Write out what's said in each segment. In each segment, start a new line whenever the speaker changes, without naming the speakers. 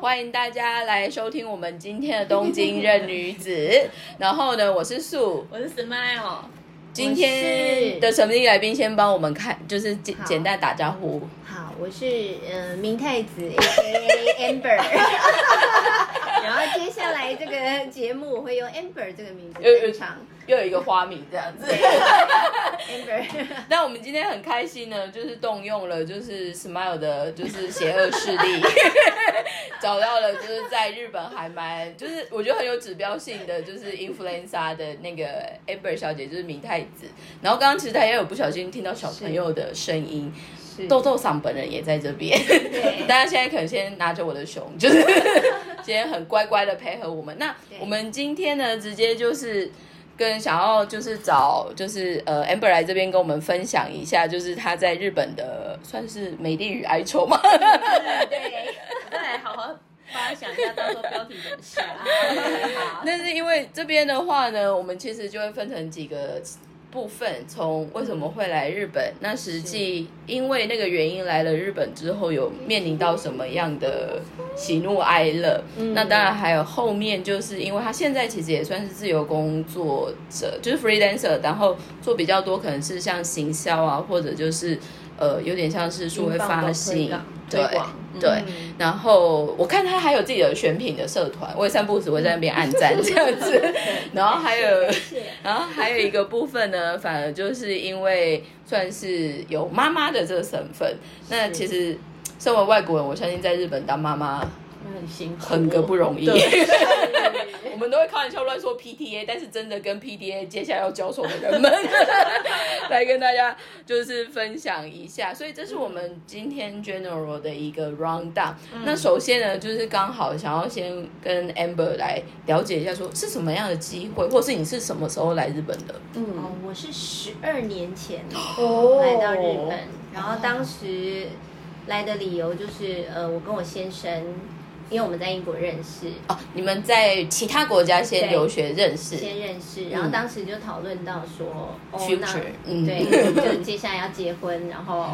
欢迎大家来收听我们今天的《东京任女子》。然后呢，我是素，
我是 Smile。
今天的神秘来宾先帮我们看，就是简
好
简单打招呼。
好，我是呃明太子 A K A Amber，然后接下来这个节目我会用 Amber 这个名字
又又
登场
又有一个花名这样子。
，Amber
那我们今天很开心呢，就是动用了就是 Smile 的，就是邪恶势力， 找到了就是在日本还蛮就是我觉得很有指标性的，就是 influenza 的那个 Amber 小姐，就是明太子。然后刚刚其实大家有不小心听到小朋友的声音，豆豆嗓本人也在这边。
对
大家现在可能先拿着我的熊， 就是今天很乖乖的配合我们。那我们今天呢，直接就是跟想要就是找就是呃 Amber 来这边跟我们分享一下，就是她在日本的算是美丽与哀愁嘛。
对，
再来好好发想一下，到时候标题啊怎么下。 好
但是因为这边的话呢，我们其实就会分成几个部分，从为什么会来日本，那实际因为那个原因来了日本之后，有面临到什么样的喜怒哀乐？那当然还有后面，就是因为他现在其实也算是自由工作者，就是 freelancer，然后做比较多可能是像行销啊，或者就是呃有点像是数位发行
推广，
对
推广嗯
对。然后我看他还有自己的选品的社团，我也散步时会在那边按 赞这样子。然后还有，然后还有一个部分呢，反而就是因为算是有妈妈的这个身份，那其实身为外国人，我相信在日本当妈妈
很辛苦，
很个不容易。
对
我们都会开玩笑乱说 PTA，但是真的跟 PTA 接下来要交手的人们，来跟大家就是分享一下。所以这是我们今天 general 的一个 round down、那首先呢，就是刚好想要先跟 Amber 来了解一下，说是什么样的机会，或是你是什么时候来日本的？
哦，我是十二年前
哦
来到日本，然后当时来的理由就是呃，我跟我先生，因为我们在英国认识，
哦，你们在其他国家先留学认识，
先认识，然后当时就讨论到说、哦，
Future，
那
嗯哦
对， 就是接下来要结婚，然后、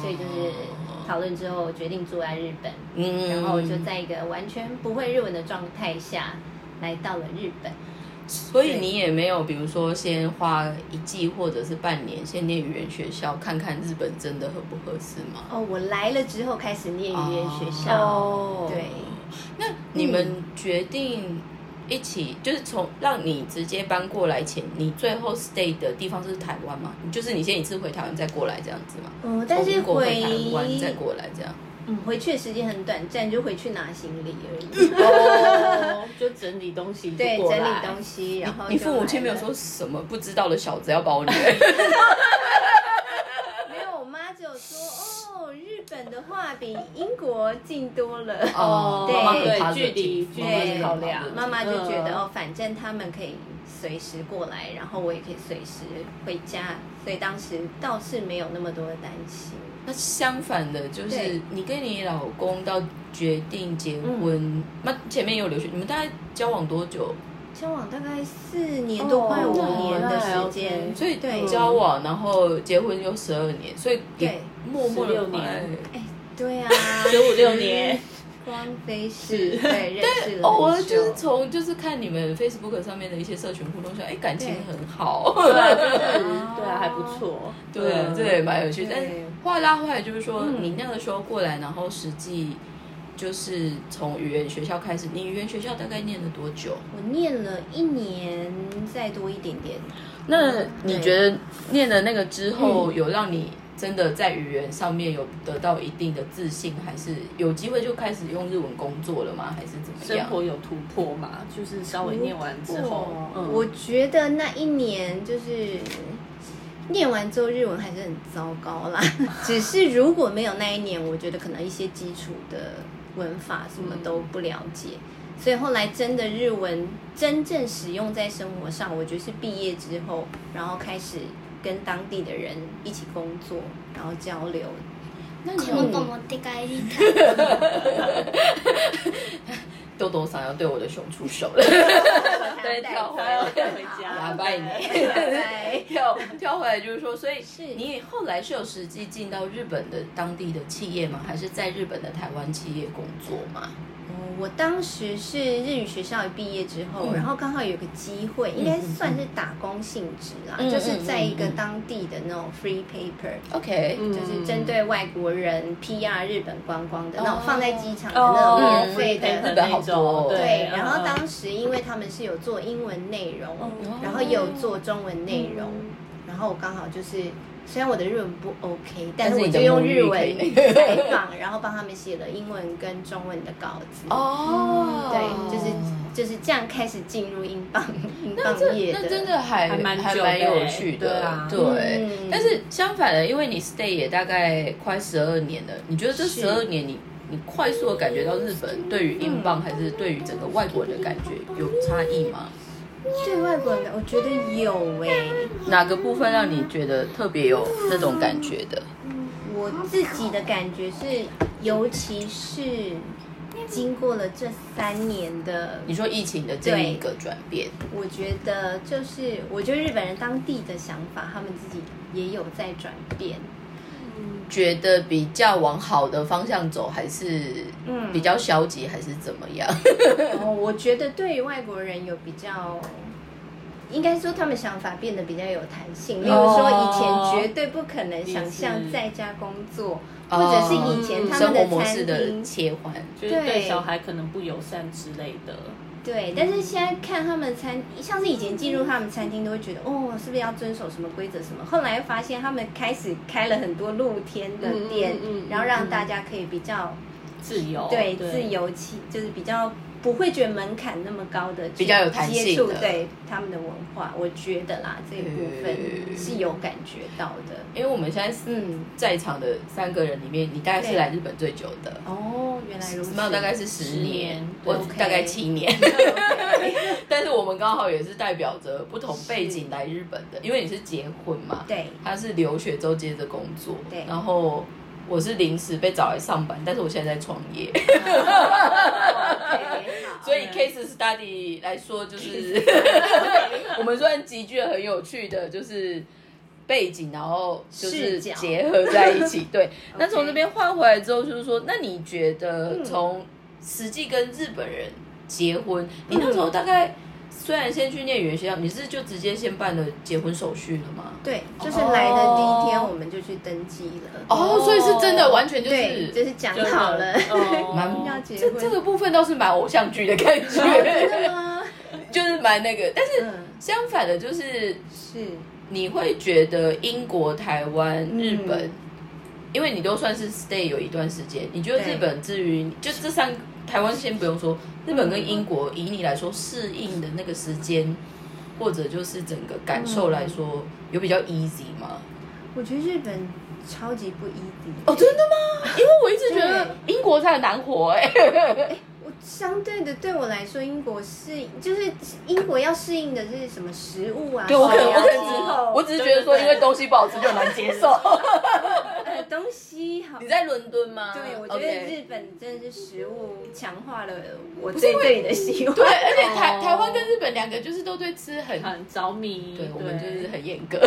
所以就是讨论之后决定住在日本，
嗯
然后就在一个完全不会日文的状态下来到了日本。
所以你也没有，比如说先花一季或者是半年，先念语言学校，看看日本真的合不合适吗？
哦，我来了之后开始念语言学校，
哦
对，
那你们决定一起，就是从让你直接搬过来前，你最后 stay 的地方是台湾吗？就是你先一次回台湾再过来这样子吗？
嗯，但是
从国回
回
台湾再过来这样。
嗯回去的时间很短暂，就回去拿行李而已。
哦，就整理东西，
对，整
过
理
来
东。西，然后
你
就
父母亲
来
没有
了
说什么不知道的小子要把我女儿？
没有，我妈只有说哦，日本的话比英国近多了。
哦
对
妈妈很
对
positive，
距离距
妈妈
离
很
考
positive
量
妈妈就觉得、
嗯
哦，反正他们可以随时过来，然后我也可以随时回家，所以当时倒是没有那么多的担心。
那相反的，就是
对
你跟你老公到决定结
嗯
婚，那、前面有留学，你们大概交往多久？
交往大概四年多，
哦
快五
那很
年的
快
时
，OK
间，
嗯所以
对
交往，然后结婚又十二年，所以也
对
默默的
16年
对啊，
十五六
嗯
年，
光飞
是
逝，对，认识了
偶尔
很久
哦就是从就是看你们 Facebook 上面的一些社群互动，说哎感情很好，
对啊，就是对啊，还不错。 嗯
对，这也蛮有趣。
对嗯
但是话拉回来，就是说、你那个时候过来，然后实际就是从语言学校开始，你语言学校大概念了多久？
我念了一年再多一点点，
那你
对
觉得念了那个之后，
嗯
有让你真的在语言上面有得到一定的自信，还是有机会就开始用日文工作了吗？还是怎么
生
样？
活有突破嘛？就是稍微念完之后，嗯
哦我觉得那一年就是念完之后日文还是很糟糕啦。 只是如果没有那一年，我觉得可能一些基础的文法什么都不了解，所以后来真的日文真正使用在生活上，我觉得是毕业之后，然后开始跟当地的人一起工作，然后交流。
那你
この子
有
持って帰 りたい。
豆豆想要对我的熊出手了， 对跳回
还要
来，
带回家，
打败你。
对，
跳跳回来就是说，所以
是
你后来是有实际进到日本的当地的企业吗？还是在日本的台湾企业工作吗？
嗯我当时是日语学校一毕业之后，
嗯
然后刚好有个机会，应该算是打工性质啦，
嗯嗯
就是在一个
嗯嗯嗯
当地的那种 free paper，、
OK，
嗯
就是针对外国人 PR 日本观光的那种
哦
放在机场的那种
哦，
对
免费的。
嗯
日
日本好多
对，
对，
嗯
然后当时因为他们是有做英文内容，
嗯
然后也有做中文内容，
嗯
然后我刚好就是，虽然我的日文不 OK，
但
但是
是
我
你
就
的
用
母语
日
可以
文 采访，然后帮他们写了英文跟中文的稿子。
哦，
对，就是就是这样开始进入英 镑英
那
镑
这
业
那真
的。
的还
还蛮久的
蛮有趣
对
的
啊，
对
嗯。
但是相反的，因为你 stay 也大概快十二年了，你觉得这
是
十二年你你快速的感觉到日本对于英镑还是对于整个外国人的感觉有差异吗？
对外国人的，我觉得有哎、
哪个部分让你觉得特别有那种感觉的？
我自己的感觉是，尤其是经过了这三年的
你说疫情的这一个转变，
我觉得就是，我觉得日本人当地的想法，他们自己也有在转变。
觉得比较往好的方向走，还是
嗯
比较消极，还是怎么样？
然后哦我觉得对于外国人有比较，应该说他们想法变得比较有弹性。例如
哦
说，以前绝对不可能想象在家工作，
哦
或者是以前他
生
们
活
的
模
餐
式的
厅，
切换，
就是对
对
小孩可能不友善之类的。
对。但是现在看他们餐，像是以前进入他们餐厅都会觉得，哦，是不是要遵守什么规则什么？后来发现他们开始开了很多露天的
嗯嗯
店
嗯嗯，
然后让
嗯
大家可以比较。
自由，
对，自，由期就是比较不会觉得门槛那么高的，
比较有弹性的
接触对他们的文化，我觉得啦这一部分
嗯
是有感觉到的。
因为我们现在是
嗯，
在场的三个人里面，你大概是
对
来日本最久的，
哦，原来如此。
没有大概是十年
年，
我
对
大概七年。
OK
但是我们刚好也是代表着不同背景来日本的，因为你是结婚嘛，
对
他是留学之后接着工作，
对
然后我是临时被找来上班，但是我现在在创业，
，OK，好
所以 case study 来说 就是。我们算集聚了很有趣的，就是背景，然后就是
视角
结合在一起。 对，那从这边换回来之后，就是说，那你觉得
嗯
从实际跟日本人结婚，你那时候大概虽然先去念语言学校，你是就直接先办了结婚手续了吗？
对，就是来的第一天
哦
我们就去登记了。
哦，所以是真的完全就。
对，就是是讲好了
就是哦
蛮
要结
这
婚。
这个部分倒是蛮偶像剧的感
真
觉，
的 吗？
就是蛮那个。但是
嗯，
相反的，就是
是。
你会觉得英国、台湾、
嗯
日本，因为你都算是 stay 有一段时间，你觉得
对
日本至于就这三台湾先不用说，日本跟英国以你来说适应的那个时间，或者就是整个感受来说，有比较 easy 吗？
我觉得日本超级不 easy。
哦，真的吗？因为我一直觉得英国才很难活哎、
我相对的，对我来说，英国适应就是英国要适应的是什么食物啊？
对我可能
水啊
我可能
气
只
候
我只是觉得说，因为东西不好吃就很难接受。
呃东西好
你。在伦敦吗？
对，我觉得
OK
日本真的是食物强化了我对这里的喜 欢。
对，而且台、
哦
台湾跟日本两个就是都对吃很
很着迷。
对，我们就是很严格。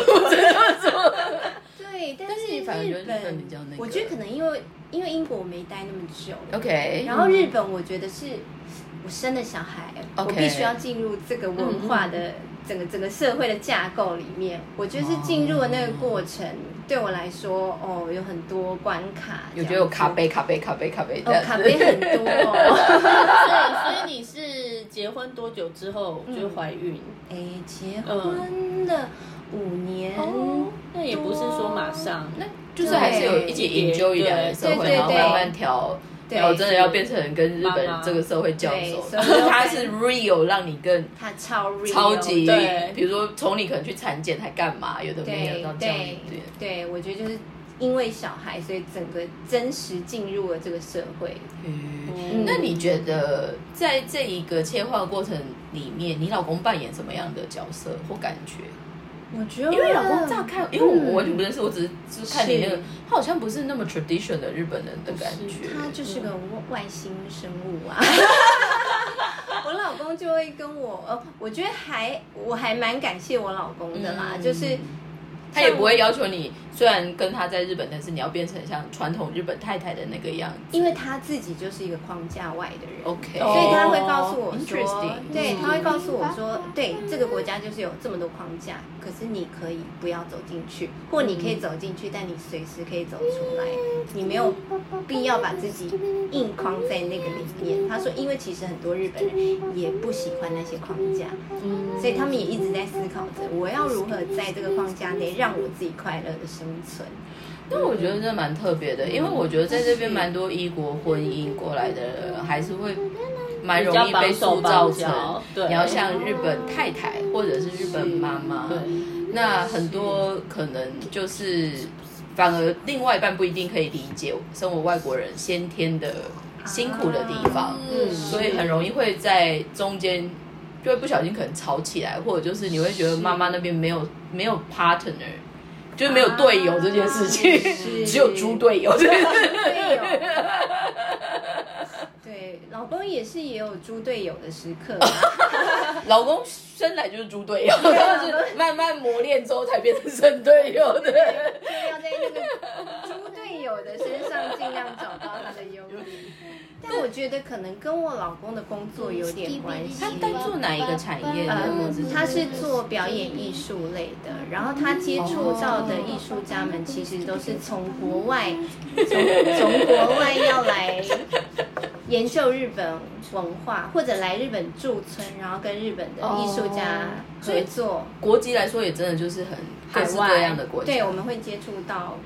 对，但
但是
是
你反而觉得日
日
本比较那个
我觉得可能因为因为英国我没待那么久，
OK，
然后日本我觉得是我生了小孩，我
嗯 OK 嗯
必须要进入这个文化的整个整个社会的架构里面。我觉得是进入了那个过程，对我来说，哦，有很多关卡，
有
这样
觉得有
子
咖。啡、咖啡、咖啡、咖啡这
哦
样，子。
咖啡很多、哦。
所以，所以你是结婚多久之后就怀孕？
哎，结婚了五年，
哦
那也不是说马上，
那就是还是有一起
对
enjoy 两人生活，
对对
然后
对
慢慢调，
对
然后哦真的要变成跟日本
妈妈
这个社会交手
对，所以我
它是 real 让你更
他超 real,
超级
对，
比如说从你可能去产检还干嘛，有的没有
对
到这样
对
对。
对，我觉得就是因为小孩，所以整个真实进入了这个社会。
嗯那你觉得在这一个切换过程里面，你老公扮演什么样的角色或感觉？
我觉得
因为老公乍看，因为我
嗯
完全不认识，我只是就是看你那个
是，
他好像不是那么 tradition 的日本人的感觉。
他就是个外星生物啊。 我老公就会跟我，呃，我觉得还我还蛮感谢我老公的啦，
嗯
就是
他也不会要求你，虽然跟他在日本，但是你要变成像传统日本太太的那个样子。
因为他自己就是一个框架外的人
OK，
所以他会告诉我说
哦 Interesting
对，
嗯
他会告诉我说，对，这个国家就是有这么多框架，可是你可以不要走进去，或你可以走进去，但你随时可以走出来，你没有必要把自己硬框在那个里面。他说，因为其实很多日本人也不喜欢那些框架，
嗯
所以他们也一直在思考着，我要如何在这个框架内让我自己快乐的生存。
但我觉得这蛮特别的，因为我觉得在这边蛮多异国婚姻过来的人，还是会蛮容易被塑造
比较绑手
成
绑脚对
你要像日本太太或者是日本妈妈。
对，
那很多可能就是反而另外一半不一定可以理解身为外国人先天的辛苦的地方，
嗯
所以很容易会在中间。就会不小心可能吵起来，或者就是你会觉得妈妈那边没有没有 partner，就是没有队友这件事 情，
啊是
只有猪队友。
队友。 对，老公也是也有猪队友的时刻啊、
老公生来就是猪队友，他是慢慢磨练之后才变成神队友 的。
就是要在那个猪队友的身上尽量找到他的优 点。但我觉得可能跟我老公的工作有点关系
嗯他。他做哪一个产业
呃
的或者，
他是做表演艺术类的，然后他接触到的艺术家们其实都是从国外，从从国外要来研究日本文化，或者来日本驻村，然后跟日本的艺术家
哦所
合
以
作。
国籍来说也真的就是很各式各样的国家。
对，我们会接触到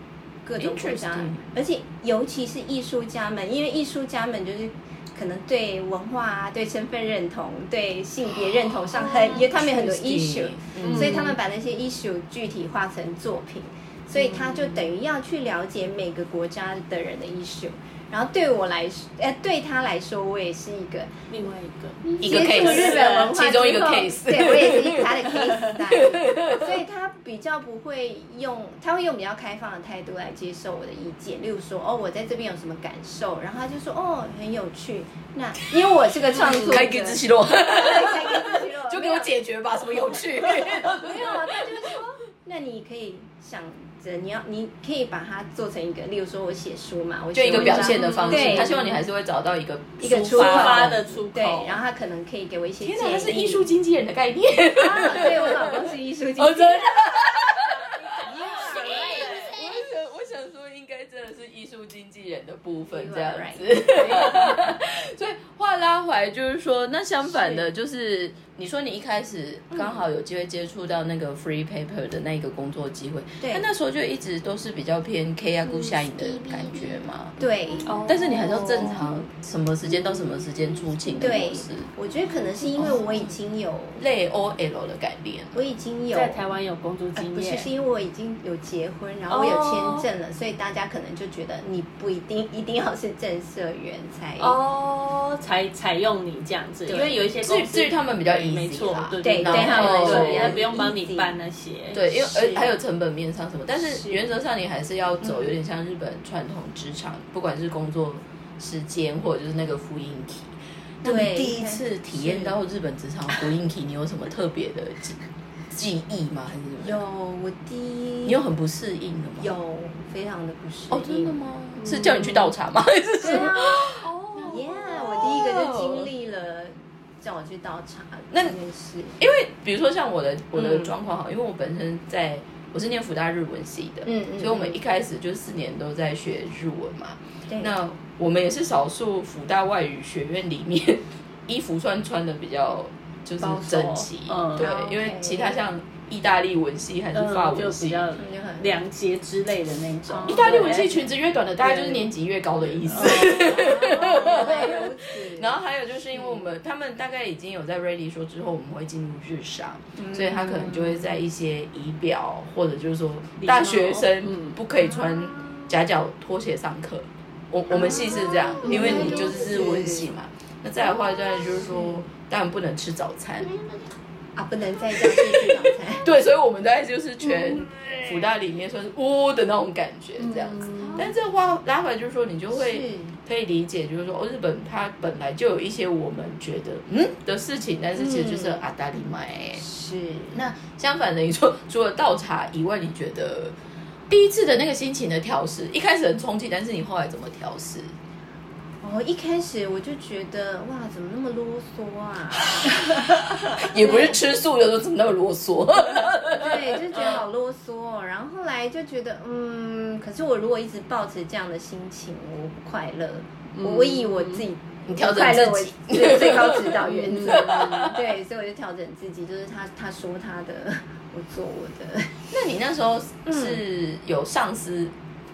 各种国家
Interesting，
而且尤其是艺术家们，因为艺术家们就是可能对文化啊、对身份认同、对性别认同上很，因为他们有很多 issue，
哦嗯
所以他们把那些 issue 具体化成作品，所以他就等于要去了解每个国家的人的 issue。然后对我来说，呃，对他来说，我也是一个
另外一个，
一个
接触
case，
日本文化之后
其中一个 case。
对我 也是他的 case 在，所以他比较不会用，他会用比较开放的态度来接受我的意见，例如说哦，我在这边有什么感受，然后他就说哦，很有趣。那因为我是个创作者，
开给自己落，
对开给自己 了
就给我解决吧，什么有 趣？
没有啊，他就说，那你可以想着你要，你可以把它做成一个，例如说我写书嘛，我
就
写
一个
文章
表现的方式，
对
他希望你还是会找到一个
一个
抒
出
出
发
发
的
的。出口，
对，然后他可能可以给我一些建
天
议。
哪，他是艺术经纪人的概念，
啊，对我老公是艺术经纪
哦，
人
真。的。
对
我想， 我想说，应该真的是艺术经纪人的部分
You are
这样子。所以话拉回来，就是说，那相反的，就是你说你一开始刚好有机会接触到那个 free paper 的那个工作机会，
嗯对
那那时候就一直都是比较偏 K 啊故下影的感觉嘛。
对，
但是你还是要正常，什么时间到什么时间出勤的
对
模式，
我觉得可能是因为我已经有，
类 OL 的概念。啊
我已经有，
在台湾有工作经
不是
验，
是因为我已经有结婚，然后我有签证了，所以大家可能就觉得你不一定一定要是正社员才。
哦，才采用你这样子，因为有一些公司
至于他们比较
对
easy
没错
啦，
对
对
对
对他们来说比
对，
较
他不用帮你
easy
办那些，
对，因为
是
而还有成本面上什么，但是原则上你还是要
嗯
走有点像日本传统职场，不管是工作时间或者就是那个复印体。那你
对
第一次体验到日本职场复印体，你有什么特别的记记忆吗？还是什么
有我第一
你有很不适应的吗？
有非常的不适应。
哦，真的？吗？是叫你去倒茶吗？还是什
对
么
啊？
哦
耶我第一个就经历了叫我去倒茶
那
这件事。
因为比如说像我的我的
嗯
状况好，因为我本身在我是念福大日文系的，
嗯嗯
所以我们一开始就四年都在学日文嘛。
嗯
对
那我们也是少数福大外语学院里面 衣服算穿的比较就是
保守
整齐，
嗯
对
啊，
因为
OK
其他像意大利文系还是法
嗯，就
文
比
系。
较
你就 很
两节之类的那种
哦，
意大利文系裙子越短的，大概就是年级越高的意
嗯
思。
哦原来如此
然后还有就是因为我
嗯
们他们大概已经有在 ready 说之后我们会进入日商，
嗯
所以他可能就会在一些仪表或者就是说
礼貌
大学生
嗯
不可以穿夹脚拖鞋上课。我我们系是这样，
嗯
因为你就是日文系嘛。那再来的话，当然就是说，当然不能吃早餐。
啊，不能再这样继续早餐。
嗯嗯
对，所以我们大概就是全福大里面算是呜的那种感觉这样子。但这话拉回来就是说，你就会
是
可以理解，就是说，哦，日本它本来就有一些我们觉得嗯的事情，但是其实就是
嗯
阿达里麦、欸。
是，
那相反的，你说除了倒茶以外，你觉得第一次的那个心情的调试，一开始很冲击，但是你后来怎么调 试？
哦，一开始我就觉得哇，怎么那么啰嗦啊？
也不是吃素，有时候怎么那么啰嗦？
对，就觉得好啰嗦、哦。然后后来就觉得，嗯，可是我如果一直抱持这样的心情，我不快乐。我我以我自己
你嗯调整
快乐
自
为
己，
最最高指 导原则，对，所以我就调整自己，就是他他说他的，我做我的。
那你那时候是有上司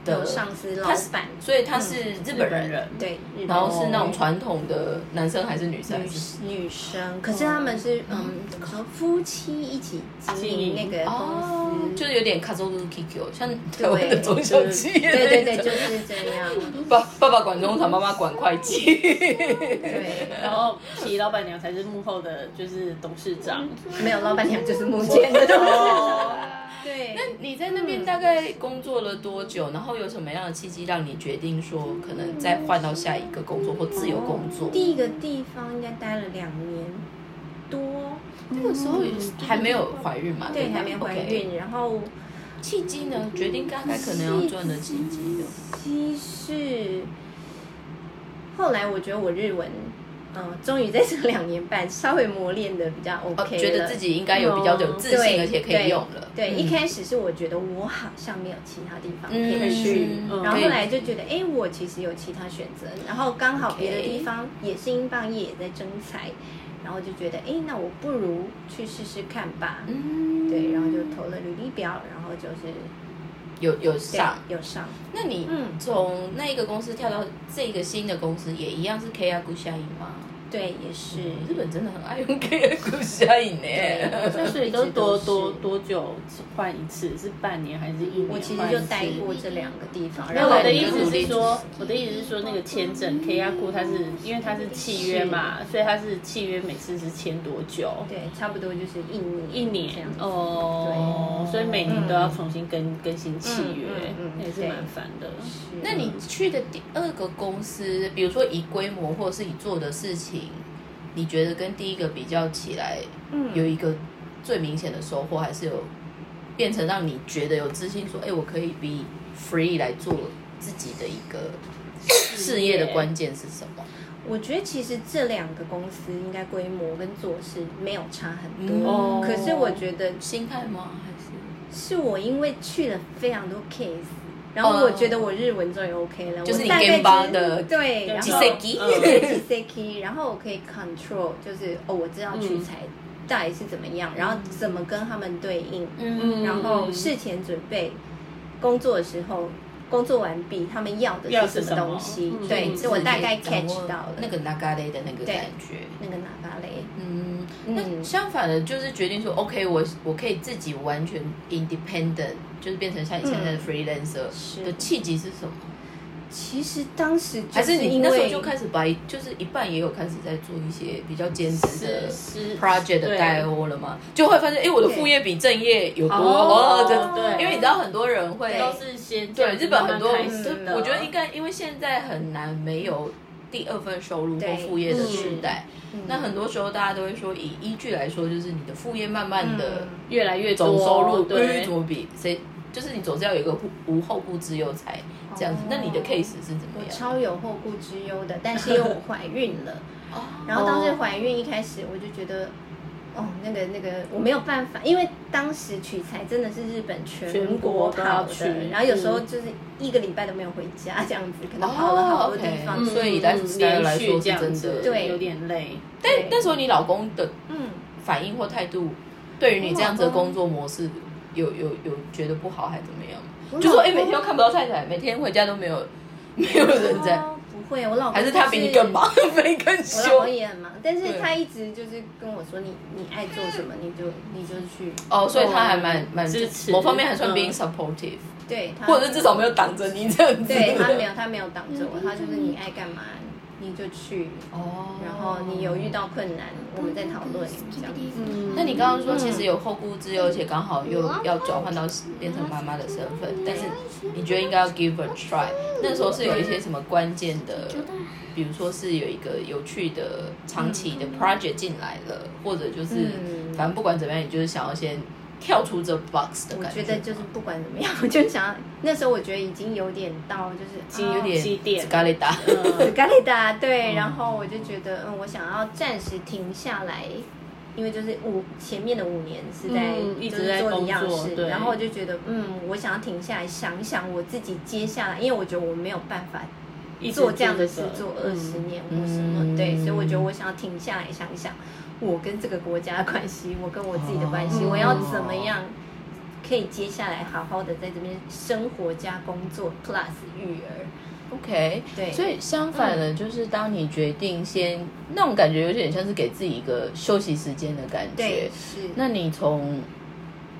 的、
有上司老
他是
板，
所以他是嗯日本人，
对，日
然后
本
是那种传统的男生还是女哦生？还是
女女生，可是他们是嗯，怎么说夫妻一起经营那个
哦
公，司，
就是有点 k a z o u Kiko，像台湾的
对，
中小企业那种
对对对，就是这 样，
爸爸爸管工厂，妈妈管会 计。
对。
然后其老板娘才是幕后的，就是董事长。
没有，老板娘就是目前的东西。 对，
哦那你在那边大概工作了多久？然后有什么样的契机让你决定说可能再换到下一个工作或自由工作？
第一个地方应该待了两年多，
那个时候还没有怀孕嘛？
对，
吧
还没怀。
OK
孕。然后
契机呢？决定大概可能要赚的契机呢？
其实后来我觉得我日文，嗯、终于在这两年半稍微磨练的比较 OK
哦，
了，
觉得自己应该有比较有自
对
信，而且可以用了。
对，
嗯
对一开始是我觉得我好像没有其他地方可
嗯
以去，
嗯
然后后来就觉得，哎，我其实有其他选择，然后刚好别的
OK
地方也是英镑业也在征才，然后就觉得，哎，那我不如去试试看吧。
嗯
对，然后就投了履历表，然后就是
有有
对
上。
有上，
那你
嗯
从那一个公司跳到这个新的公司，也一样是 K R 故乡营吗？
对，也是。
日本真的很爱用 K R 故乡营呢。
对
那所以都多多多久换一次？是半年还是一年？
我其实就待过这两个地方，
没
然
有，
后
我
来
的
你
意
就
思
努力
是说，我的意思是说，那个签证 K R 库它是因为它是契约嘛，所以它是契约，每次是签多久？
嗯对，差不多就是一年
一
这
年
样子。
哦，
对
所以每年都要重新更更新契约
嗯嗯，嗯
也是蛮烦的。
是
那你去的第二个公司，比如说以规模或者是以做的事情，你觉得跟第一个比较起来，
嗯
有一个最明显的收获，还是有变成让你觉得有自信，说，哎、我可以 be free 来做自己的一个事业的关键是什么？
我觉得其实这两个公司应该规模跟做事没有差很
嗯
多，
哦
可是我觉得
心态吗？还是
是我因为去了非常多 case，然后我觉得我日文终于 OK 了，
哦就是你
我大概
game 帮的
知对，然
吉
后
塞
嗯
基？
对 GCK，然后我可以 control，就是哦，我知道
嗯
取材到底是怎么样，然后怎么跟他们对应，
嗯
然后事前准备，工作的时候。工作完毕，他们要
要
的
是
是
什
什
么
么东西？
嗯
对，
嗯
所以我大概
自己掌
catch
握
到了
那个 nagare 的那个
对
感觉。
那个喇叭雷。
嗯，那
嗯
相反的，就是决定说，OK，我我可以自己完全 independent，就是变成像以前的
嗯
freelancer
是
的契机是什么？
其实当时就
还是你
因
那时候
为
就开始把一，就是一半也有开始在做一些比较兼职的
是
project 的代欧了吗？就会发现，哎，我的副业比正业有多
哦
哦，这
对
因为你知道很多人会
都是先这
对
样子
日本很多，
慢慢开始
嗯
的
我觉得应该因为现在很难没有第二份收入或
对
副业的时
嗯
代，那很多时候大家都会说，以依据来说，就是你的副业慢慢的
嗯
越来越多
总收入对
对
怎。么比谁，就是你总是要有一个无无后顾之忧才这样子。
哦
那你的 case 是怎么
我
样？
超有后顾之忧的，但 是因为我怀孕了，
哦
然后当时怀孕一开始我就觉得，哦，那个那个我没有办法，因为当时取材真的是日本全国
全国都要
跑
去
的，然后有时候就是一个礼拜都没有回家这样子，可能跑了好
嗯哦
多地
，OK，
方，
嗯
所以
嗯
lifestyle 来说
连续
是
这样
真
子
的，
对
有点累。
但
对
那时候你老公的
嗯，
反应或态度，对于你这样子的
我老公
工作模式，有有有觉得不好还怎么样吗？
我
就说
老
哎、诶每天
公
都看不到太太，每天回家都没有没有人在，
哦不会，我老公
还是他比你更
忙。
忙，比你更
我老
凶
公。也很 忙，但
对
是他一直就是跟我说你，你爱做什么，你就你就去。
哦，所以他还
嗯
蛮蛮
支持
某方面还算
嗯
being supportive，、
对，他
或者是至少没有挡着你这样子。
对他没有，他没有挡着我，他就是你爱干嘛你就去，
哦
然后你有遇到困难，我们再讨论这样子。
那你刚刚说其实
嗯
有后顾之忧，而且刚好又要转换到变成妈妈的身份，但是你觉得应该要 give a try。那时候是有一些什么关键的，比如说是有一个有趣的长期的 project 进来了，或者就是
嗯
反正不管怎么样，你就是想要先跳出这 box 的
我
感
觉得
觉。
就是不管怎么样， 我就想要那时候我觉得已经有点到，就是已
经有点几点
s c a l e t a
嗯
咖喱达对，然后我就觉得，嗯，我想要暂时停下来，因为就是五前面的五年是在、
嗯一直
就是
在
做一
工
样
作
事，
对
然后我就觉得，嗯，我想要停下来想一想我自己接下来，因为我觉得我没有办法
一直
做这样的
这
事
个
做二
嗯
十年或什么，对，
嗯
所以我觉得我想要停下来想一想我跟这个国家的关系，我跟我自己的关系，
哦
我要怎么样。可以接下来好好的在这边生活加工作，plus 育儿，
OK，
对
所以相反的，就是当你决定先那种感觉，有点像是给自己一个休息时间的感觉
对，。是
那你从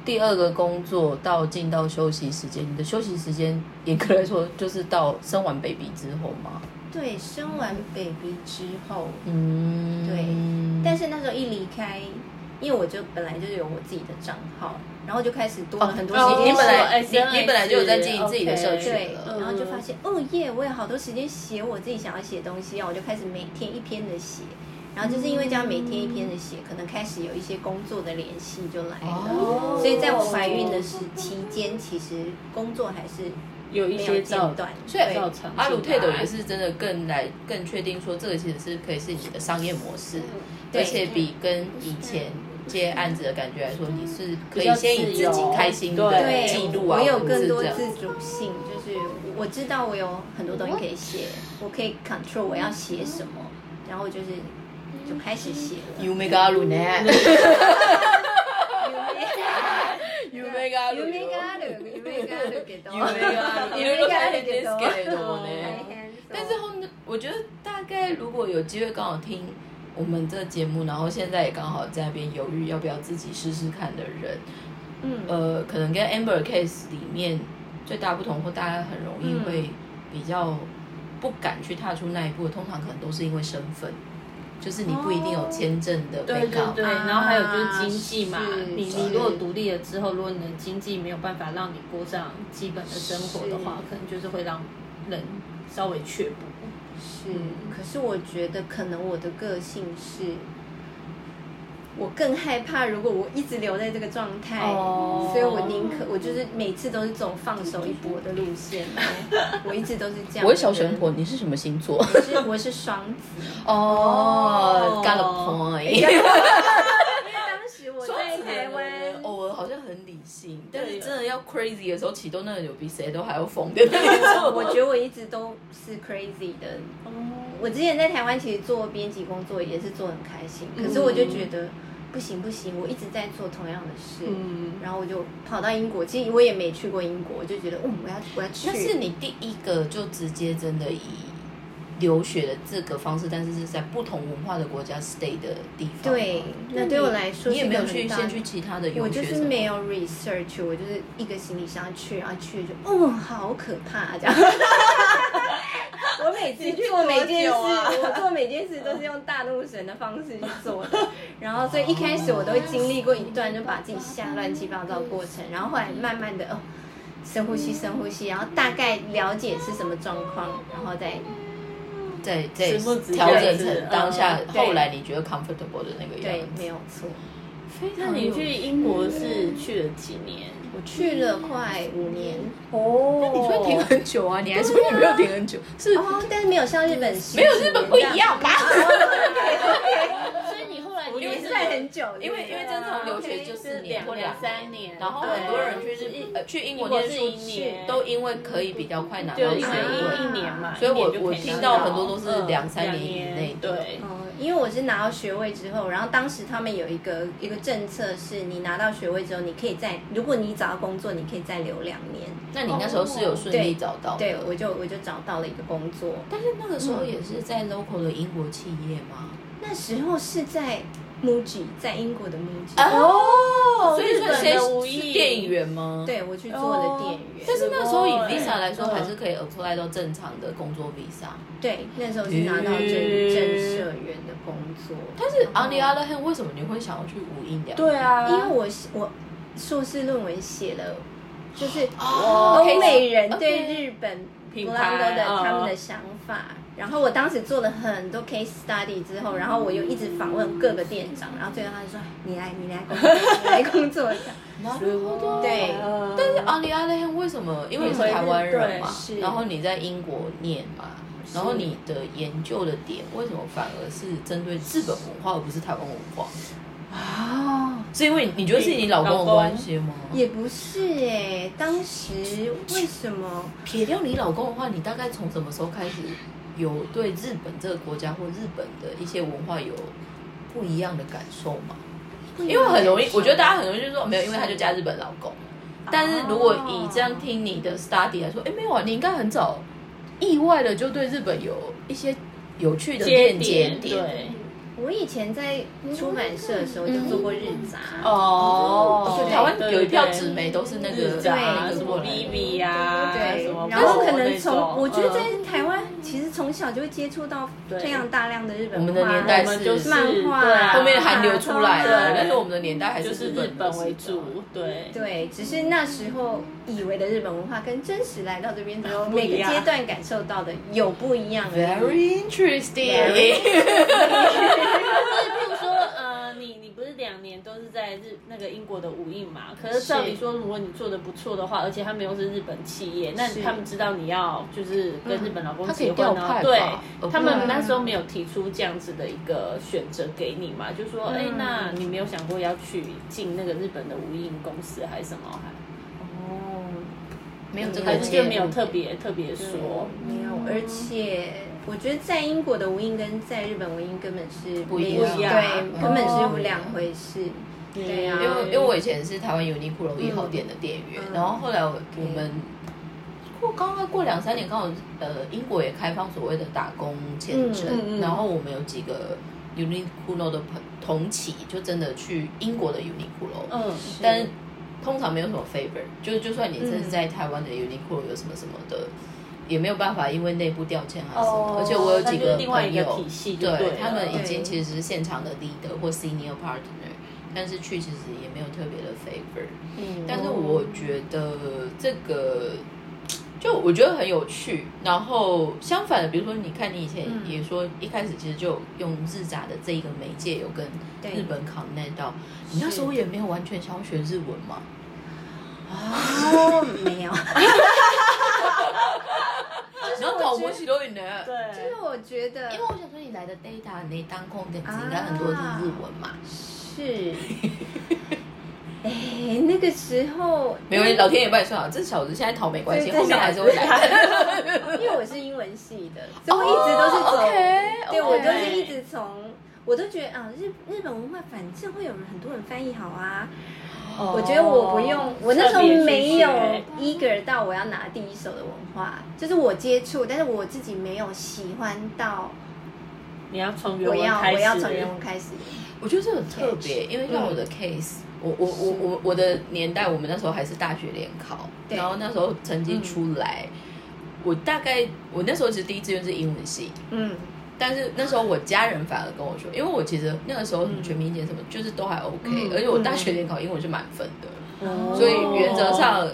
第二个工作到进到休息时间，你的休息时间严格来说就是到生完 baby 之后吗？
对，生完 baby 之后，
嗯，
对但是那时候一离开，因为我就本来就是有我自己的账号，然后就开始多了很多时
哦
你
间
你本来你
哦
你本来就有在经营
SNS
自己的社群
对，
了，
嗯
然后就发现、哦耶，我有好多时间写我自己想要写的东西啊，我就开始每天一篇的写，然后就是因为这样每天一篇的写，可能开始有一些工作的联系就来了，
哦
所以在我怀孕的时期间，其实工作还是
有一
没嗯有
些
间
照
断，
所以
对
照常
阿鲁
进来
泰斗也是真的更来更确定说，这个其实是可以是你的商业模式，
对
而且比跟以前接案子的感觉来说，你是可以
比较
先以
自由
自己开心
对
的
对，
记录啊，
我有
文字
更多
这样
自主性，就是我知道我有很多东西可以写，我可以 control 我要写什么，然后就是就开始写了。
You make eh? 阿鲁呢 ？You make 阿鲁
有没干的，有没干的给到，
有没干的
有没干的给到。
有没干的给到 呢 eh? 但
但
是
是
后面，我觉得大概如果有机会刚好听我们这节目，然后现在也刚好在那边犹豫要不要自己试试看的人，
嗯，
呃，可能跟 Amber case 里面最大不同，或大家很容易
嗯
会比较不敢去踏出那一步，通常可能都是因为身份，就是你不一定有签证的
哦对
被告
对。对，
啊
然后还有就是经济嘛
是，
你
是
你如果独立了之后，如果你的经济没有办法让你过上基本的生活的话，
是
可能就是会让人稍微却步。
是，可是我觉得可能我的个性是。我更害怕，如果我一直留在这个状态
哦
所以我宁可我就是每次都是走放手一搏的路线， 我一直都是这样的人。
我是小神婆，你是什么星座？
我是我是双子，
哦
哦哎
，got a point。
因为当时我在台湾，
偶尔哦好像很理性，但是
对
真的要 crazy 的时候，启动那个有比谁都还要疯的那 种。
我觉得我一直都是 crazy 的。我之前在台湾其实做编辑工作也是做得很开心，可是我就觉得不行不行，我一直在做同样的事，
嗯
然后我就跑到英国，其实我也没去过英国，我就觉得嗯，我要我要去。
那是你第一个就直接真的以留学的这个方式，但是是在不同文化的国家 stay 的地方。
对，那对我来说
你也
是一
没
个
有
很
去
大
先
的
去其他的游
我
学
就
什
是
么
没有 research，我就是一个行李箱去，然后去就，哦，好可怕、啊这样。 我每次去啊做每件事，我做每件事都是用大怒神的方式去做的。 然后，所以一开始我都会经历过一段就把自己吓乱七八糟的过程，然后后来慢慢的哦，深呼吸，深呼吸，然后大概了解是什么状况，然后再
在在
什么职业
调整
是
成当下
嗯，对
后来你觉得 comfortable 的那个
对
样，子。
没有错。
那你去英国是去了几年？
我去了快五年
哦，那
你说停很久啊？你还说你没有停很久，是
哦，但是没有像日本十
没有
几
日本
年
不一
这
样吧？
哦
所以你后来
因为
是
算很久，
因为因为正常留学就四年或
哦
两
两三年
然后很多人去日呃去英国念
英国
书
是一年
都因为可以比较快拿到
就
学
因为
位
一一年嘛，
所以我
一年就可
我
拿
听到很多都是两三年以内
嗯嗯两年
的
对，
哦，因为我是拿到学位之后，然后当时他们有一个一个政策是，你拿到学位之后，你可以再，如果你找到工作，你可以再留两年。
那你那时候是有顺利找到的？
哦对，我就我就找到了一个工作。嗯
但是那个时候也是在 local 的英国企业吗？
那时候是在 MUJI，在英国的 MUJI，、
哦，所以
日
说
本
谁
的无
是
印
店员吗？。
对哎我去做的店员。
但是那时候以
哦
visa 来说，
嗯
还是可以 apply 到正常的工作 visa。
对，那时候是拿到正
嗯
正社员的工作。
但是
然
on
后
the other hand，为什么啊你会想要去无印良？
对啊，
因为我是我硕士论文写了，就是
哦
欧美人
OK
对日本
品
布
牌
兰德的
哦
嗯
他们的想法。然后我当时做了很多 case study 之后，然后我又一直访问各个店长，然后最后他就说：“你来，你来工作， 你来工作一下。
然后
对
呃
但是 on the other hand，为什么？因为你是台湾人嘛
对
嗯是，
然后你在英国念嘛，然后你的研究的点为什么反而是针对日本文化，而不是台湾文化？”
哦，
是因为你觉得是你老公的关系吗？
也不是哎、当时为什么？
撇掉你老公的话，你大概从什么时候开始有对日本这个国家或日本的一些文化有不一样的感受吗？因为很容易，我觉得大家很容易就说没有，因为他就嫁日本老公。但是如果以这样听你的 study 来说，哎，没有啊，你应该很早意外的就对日本有一些有趣的
接
链接
点
点。
对
我以前在出版社的时候就做过日杂，
哦，
对
台湾有一票
对对
纸媒都是那个
日杂啊，
那
什
个
么
过来的
Vivi
啊
呀，
嗯
对
什么，
然后
Vogue
可能从
那种
我觉得在
嗯
台湾，其实从小就会接触到
对
非常大量的日本
我们的
文化
年代
我
是
们就是
漫啊画
对啊
后面韩流出来了，
对
但是我们的年代还
就是是
本
日
的啊
本为
时候
主，对
对，只是那时候以为的日本文化跟真实来到这边之后，
不
每
一
个
样
阶段感受到的有不一样而已。
Very interesting。
就是譬如说，呃，你你不是两年都是在日那个英国的无印嘛？可是照理说，如果你做的不错的话，而且他们又是日本企业，那
是
他们知道你要就是跟日本老
嗯
公
他可以
结婚
调
哦
派吧，
对
呃，
他
不
们
然
那时候没有提出这样子的一个选择给你嘛，就说，哎、
嗯
那你没有想过要去进那个日本的无印公司还是什么？还
哦，
没有这个
还是就
节
没有
目
特别特别说，
哦
嗯
没有，而且我觉得在英国的无印跟在日本无印根本是
不一
没有
样
对，
哦
根本是两 回事。对啊
因为因为我以前是台湾 Uniqlo 一号店的店员，
嗯
然后后来我我们过刚刚过两三年，刚好呃英国也开放所谓的打工签证，
嗯嗯嗯
然后我们有几个 Uniqlo 的朋同期就真的去英国的 Uniqlo，、
嗯，
但通常没有什么 favor，就是就算你真是在台湾
嗯
的 Uniqlo 有什么什么的，也没有办法，因为内部调遣还是什么。
哦
而且我有几
那就
个
是另外
朋
一个
友
体系，就对
对
了
他们已
对
经其实是现场的 leader 或 senior partner，但是去其实也没有特别的 favor。
嗯
但是我觉得这个就我觉得很有趣。然后相反的，比如说你看，你以前
嗯
也说、一开始其实就用日杂的这一个媒介有跟
对
日本 connect 到，你那时候也没有完全想要学日文嘛？
哦，没有。
然后搞摩西罗语呢？
就
对
是。我觉得，
因为我想说你来的 data 你当空点
啊
应该很多是日文嘛？
是， 哎、那个时候
没关系，老天也帮你算好，这小子现在逃没关系，
对
后面还是会 来。
因为我是英文系的，所以我一直都是走
哦，OK，
对
OK
我就是一直从，我都觉得啊，日日本文化反正会有很多人翻译好啊。
哦
我觉得我不用，我那时候没有
特别
嗯
去
eager 到我要拿第一手的文化，就是我接触，但是我自己没有喜欢到
你要从原
我
文
要
开
我
始，
要从原文开始。
我觉得这很特别，因为像我
嗯
的 case，、我我我我我的年代，我们那时候还是大学联考，
对嗯
然后那时候成绩出来，我大概我那时候其实第一志愿是英文系，
嗯，
但是那时候我家人反而跟我说，因为我其实那个时候全民英检什么、就是都还 OK，、
嗯
而且我大学联考英文是满分的，
哦
所以原则
哦
上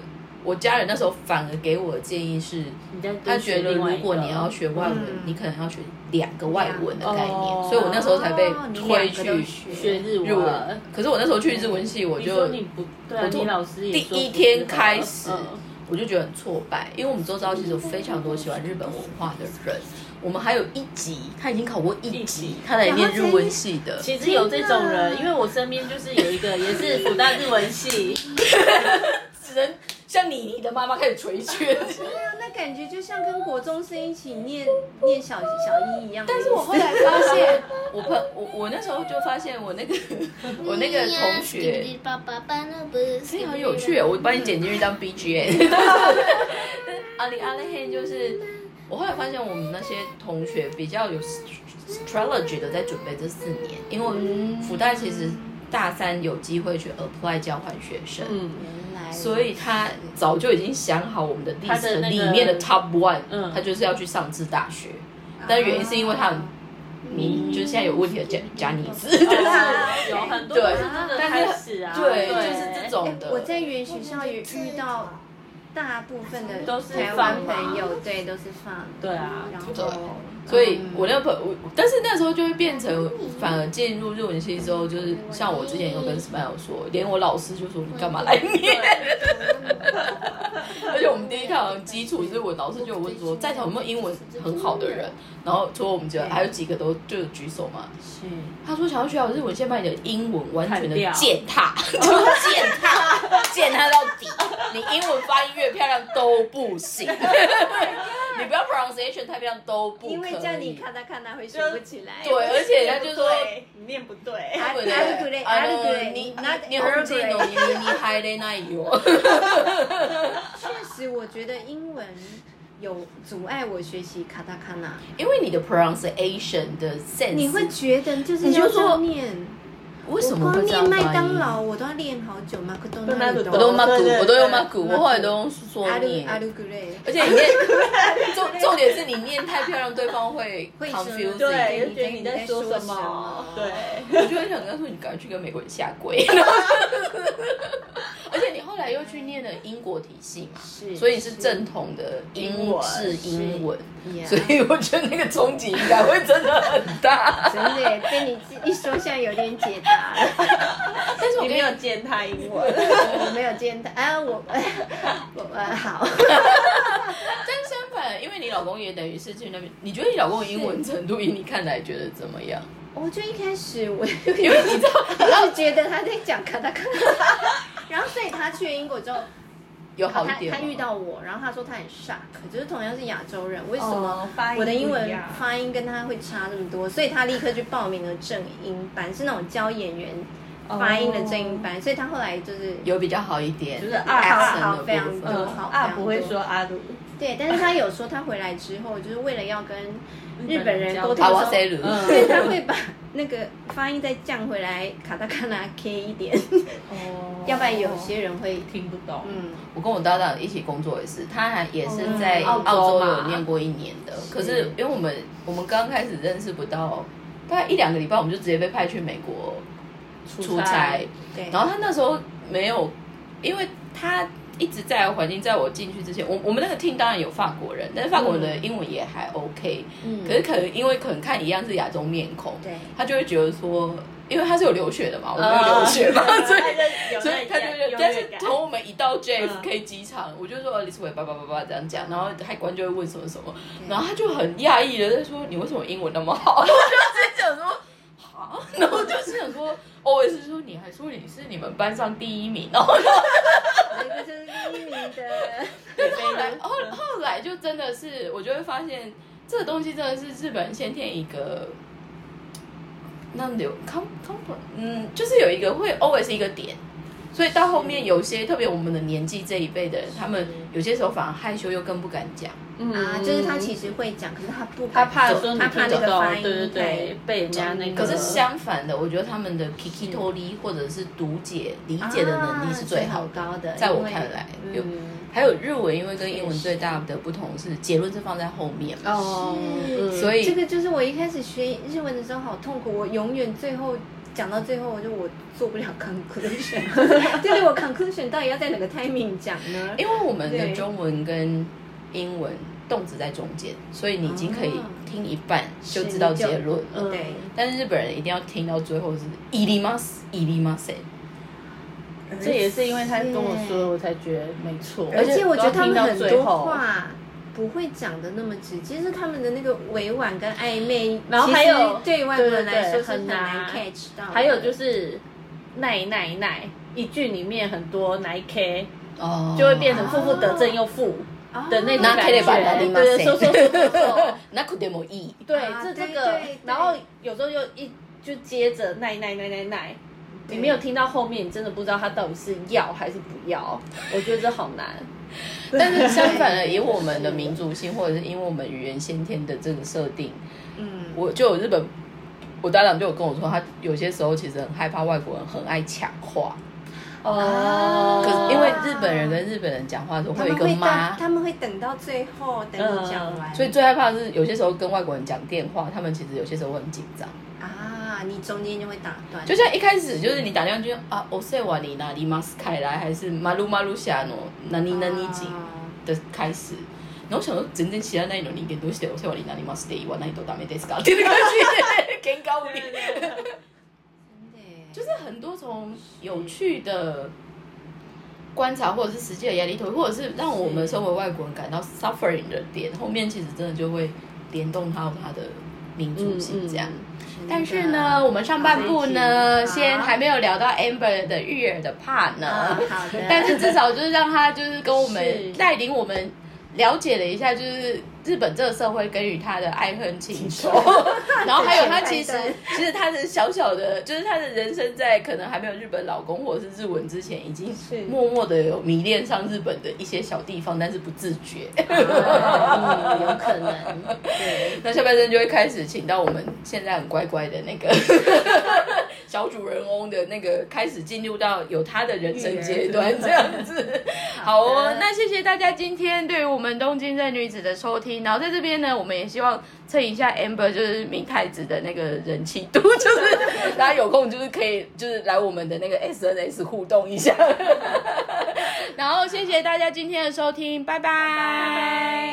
我家人那时候反而给我的建议是，
你在
他觉得
另外
如
一个
果你要学外文，
嗯
你可能要学两个外文的概念，
哦
所以我那时候才被
哦你
推
两个都
去
学
学日文，
日文。可是我那时候去日文系，我
你
就
说你不对啊，
我就
你老师也说不
第一天
适合
开始
嗯
我就觉得很挫败，因为我们周遭其实有非常多喜欢日本文化的人。我们还有一级，他已经考过一
嗯一
级
级，
他来念日文系的。
其实有这种人，
天哪
因为我身边就是有一个也是复旦日文系，
只能像你，你的妈妈开始垂 涎。
对啊，那感觉就像跟国中生一起念念小小一一样的意
但
思。
是我后来发现， 我朋我我那时候就发现我那个我那个同学，
爸爸爸那不是
哎
这哎很
哦
有趣耶，我把你剪进去当 BGM。阿里阿勒黑就是我后来发现我们那些同学比较有 strategy 的在准备这四年，因为福大其实大三有机会去 apply 交换学生。
嗯，
原来，
所以他早就已经想好我们的
他的
list
那个
里面的 top one，、
嗯
他就是要去上智大学，但原因是因为他很迷，
啊
就是现在有问题的贾贾尼斯，
就
但是
是有很多
对
是真的
但是
开始啊，
对，就是这种的。
哎我在语言学校也遇到大部分的
都是
台
放
湾
嘛
朋友，对，都是放，
对啊
然
对
后，
所以
嗯
我那朋友，但是那时候就会变成，反而进入日文系之后，就是像我之前有跟 Smile 说，连我老师就说你干嘛来
啊
念？ 而且我们第一堂基础是我老师就有问说，在场有没有英文很好的人？然后除了我们几个，还有几个都就举手嘛。
是
他说想要学好日文，先把你的英文完全的
砍掉
践踏， 就是践踏，践踏到底。你英文发音越漂亮都不行，
Oh
你不要 pronunciation 太漂亮都不可以。
因为叫你看他看他会学不起来，
对，
哎
而且人家就说。
你念不对，
啊
对对，
あ
あ
る
の你
ぐらいあるぐらい
哦 你你本人の耳に入れないよ。
确实，我觉得英文有阻碍我学习卡塔卡纳，
因为你的 pronunciation 的 sense，
你会觉得就是
你就
要这
说
样念，
为什么
我
会
光
这样
念
发音
麦当劳我都要练好久，麦克东纳
麦克
我
豆
都
纳
用
麦
マ
克对对
古，
对
我都用マ古，
マク
我后来都用说
阿鲁
念。
阿鲁古瑞，
而且你 念，重重点是你念太漂亮，对方会
会
confusing。
对，
你
就觉得
在
你
你
在
在
说
说
什
什
么
么？
对，
我就很想跟他说，你赶快去跟美国人下跪。 而且你后来又去念了英国体系嘛，
是啊
所以是正统的英式英文，
Yeah
所以我觉得那个冲击应该会真的很大。
真的耶被你一说，现在有点解答了。
但是我跟
你没
你
有践踏英文，
我没有见他啊，我 我呃好，
但相反，因为你老公也等于是去那边，你觉得你老公的英文程度，以你看来觉得怎么样？
我就一开始我 就
因为你知道
是觉得他在讲卡塔卡纳， 然后所以他去了英国之后，
有好一
他
点吗
他遇到我，然后他说他很 shock，就是同样是亚洲人，为什
哦
么
发音
我的英
不一
文
样
发音跟他会差这么多？所以他立刻去报名了正音班，是那种教演员发音的正音
哦
班，所以他后来就是
有比较好一点，
就是啊
二
啊
的
非常
部分。
嗯，
嗯
好
好
啊，
非常
不会
多
说阿鲁，
对，但是他有说他回来之后，就是为了要跟日本人沟通
阿
的
瓦
时候
塞鲁，
嗯
所以他会把那个发音再降回来，卡塔卡纳 K 一 点，
哦
要不然有些人会，
听不懂，
嗯，
我跟我搭档一起工作也是，他还也是在
嗯澳
澳
洲
洲
嘛
有念过一年的，可是因为我们我们刚开始认识不到，大概一两个礼拜，我们就直接被派去美国出差，
对，
然后他那时候没有，因为他一直在的环境，在我进去之前，我我们那个 team 当然有法国人，但是法国人的英文也还 OK，、
嗯
可是可能因为可能看一样是亚洲面孔，
对，
他就会觉得说，因为他是有留学的嘛，我没有
啊
留学 嘛，所以。
以
所以他就
有
有，
那
但
一
是
点优越感嗯
从我们一到 JFK 机场，我就说哦李思伟叭叭叭叭这样讲，然后海关就会问什么什么，然后他就很讶异的在说你为什么英文那么 好？我就在想说。啊， 然后就是想说，哦我也是说，你还说你是你们班上第一名，哦然后
这个就是第一名的，
后来
嗯
哦
后后来就真的是，我就会发现这个东西真的是日本人先天一个，那有 com com 嗯，就是有一个会 always 一个点，所以到后面有些特别我们的年纪这一辈的人，他们有些时候反而害羞又更不敢讲，
嗯
啊，就是他其实会讲，可是他不
他
敢
怕
做
说你
他怕
听
那
不
个发
懂，
音
对对对
太，
被人家那个，
可是相反的，我觉得他们的 kiki t o l i 或者是读解理解的能力是最好
啊
的，
最高的，
在我
因为
看来，有
嗯
还有日文，因为跟英文最大的不同是结论是放在后面嘛，
哦，嗯
所以
这个就是我一开始学日文的时候好痛苦，我永远最后讲到最后，我就我做不了 conclusion，就是 我 conclusion 到底要在哪个 timing 讲 呢？
因为我们的
对
中文跟英文动词在中间，所以你已经可以
啊
听一半就知道结论了。
嗯
对，
但是日本人一定要听到最后是伊里马斯伊里马塞，
这也是因为他跟我说，我才觉得没错，
而且我觉得他们很
都要听
多
到最后。
话不会讲的那么直接，就是他们的那个委婉跟暧昧，
然后还有
其实对外国人来
对对对
说是很
很
难
难
catch 到的。
还有就是奈奈奈，一句里面很多奈 K
哦，
就会变成负负得正又负的那种
哦
那
感
可
觉，
以把达里
对
马
对，说说说说说
塞，，哦那可得莫伊。
对
啊，
这这
对
个
对对，
然后有时候又一就接着奈奈奈奈奈。你没有听到后面，你真的不知道他到底是要还是不要。我觉得这好难，
但是相反的，以我们的民族性，或者是因为我们语言先天的这个设定，
嗯，
我就有日本，我搭档就有跟我说，他有些时候其实很害怕外国人很爱抢话，
哦，
可是因为日本人跟日本人讲话的时候
他
会有
们
一个
会
妈嗯
到，他们会等到最后，等你讲完，
所以最害怕的是有些时候跟外国人讲电话，他们其实有些时候会很紧张。
啊，你中间就会打断，
就像一开始就是你打电话就啊，我塞瓦尼哪里马斯凯来，还是马路马路下诺哪里哪里几
哦
的开始。然后我想说，全然知らないのに、どうしてお世話になりますって言わないとダメですかっていう感じで喧嘩
嗯
無理。
真的耶
就是很多从有趣的观察，或者是实际的压力推，或者是让我们身为外国人感到 suffering 的点，后面其实真的就会联动到他的民族性这样。
嗯
但是呢，我们上半部呢，
好
先还没有聊到 Amber 的育儿的 part 呢。
啊，好的，
但是至少就是让他就是跟我们
是
带领我们了解了一下，就是日本这个社会给予他的爱恨情仇， 然后还有他其实
对
其实他的小小的，就是他的人生在可能还没有日本老公或者是日文之前，已经
是
默默的有迷恋上日本的一些小地方，但是不自觉。
嗯有可能，对，
那下半身就会开始请到我们现在很乖乖的 那个小主人翁的那个，开始进入到有他的人生阶段这样子。好哦，那谢谢大家今天对于我们东京任女子的收听，然后在这边呢，我们也希望蹭一下 Amber 就是明太子的那个人气度， 就是大家有空就是可以就是来我们的那个 SNS 互动一 下。然后谢谢大家今天的收听，拜拜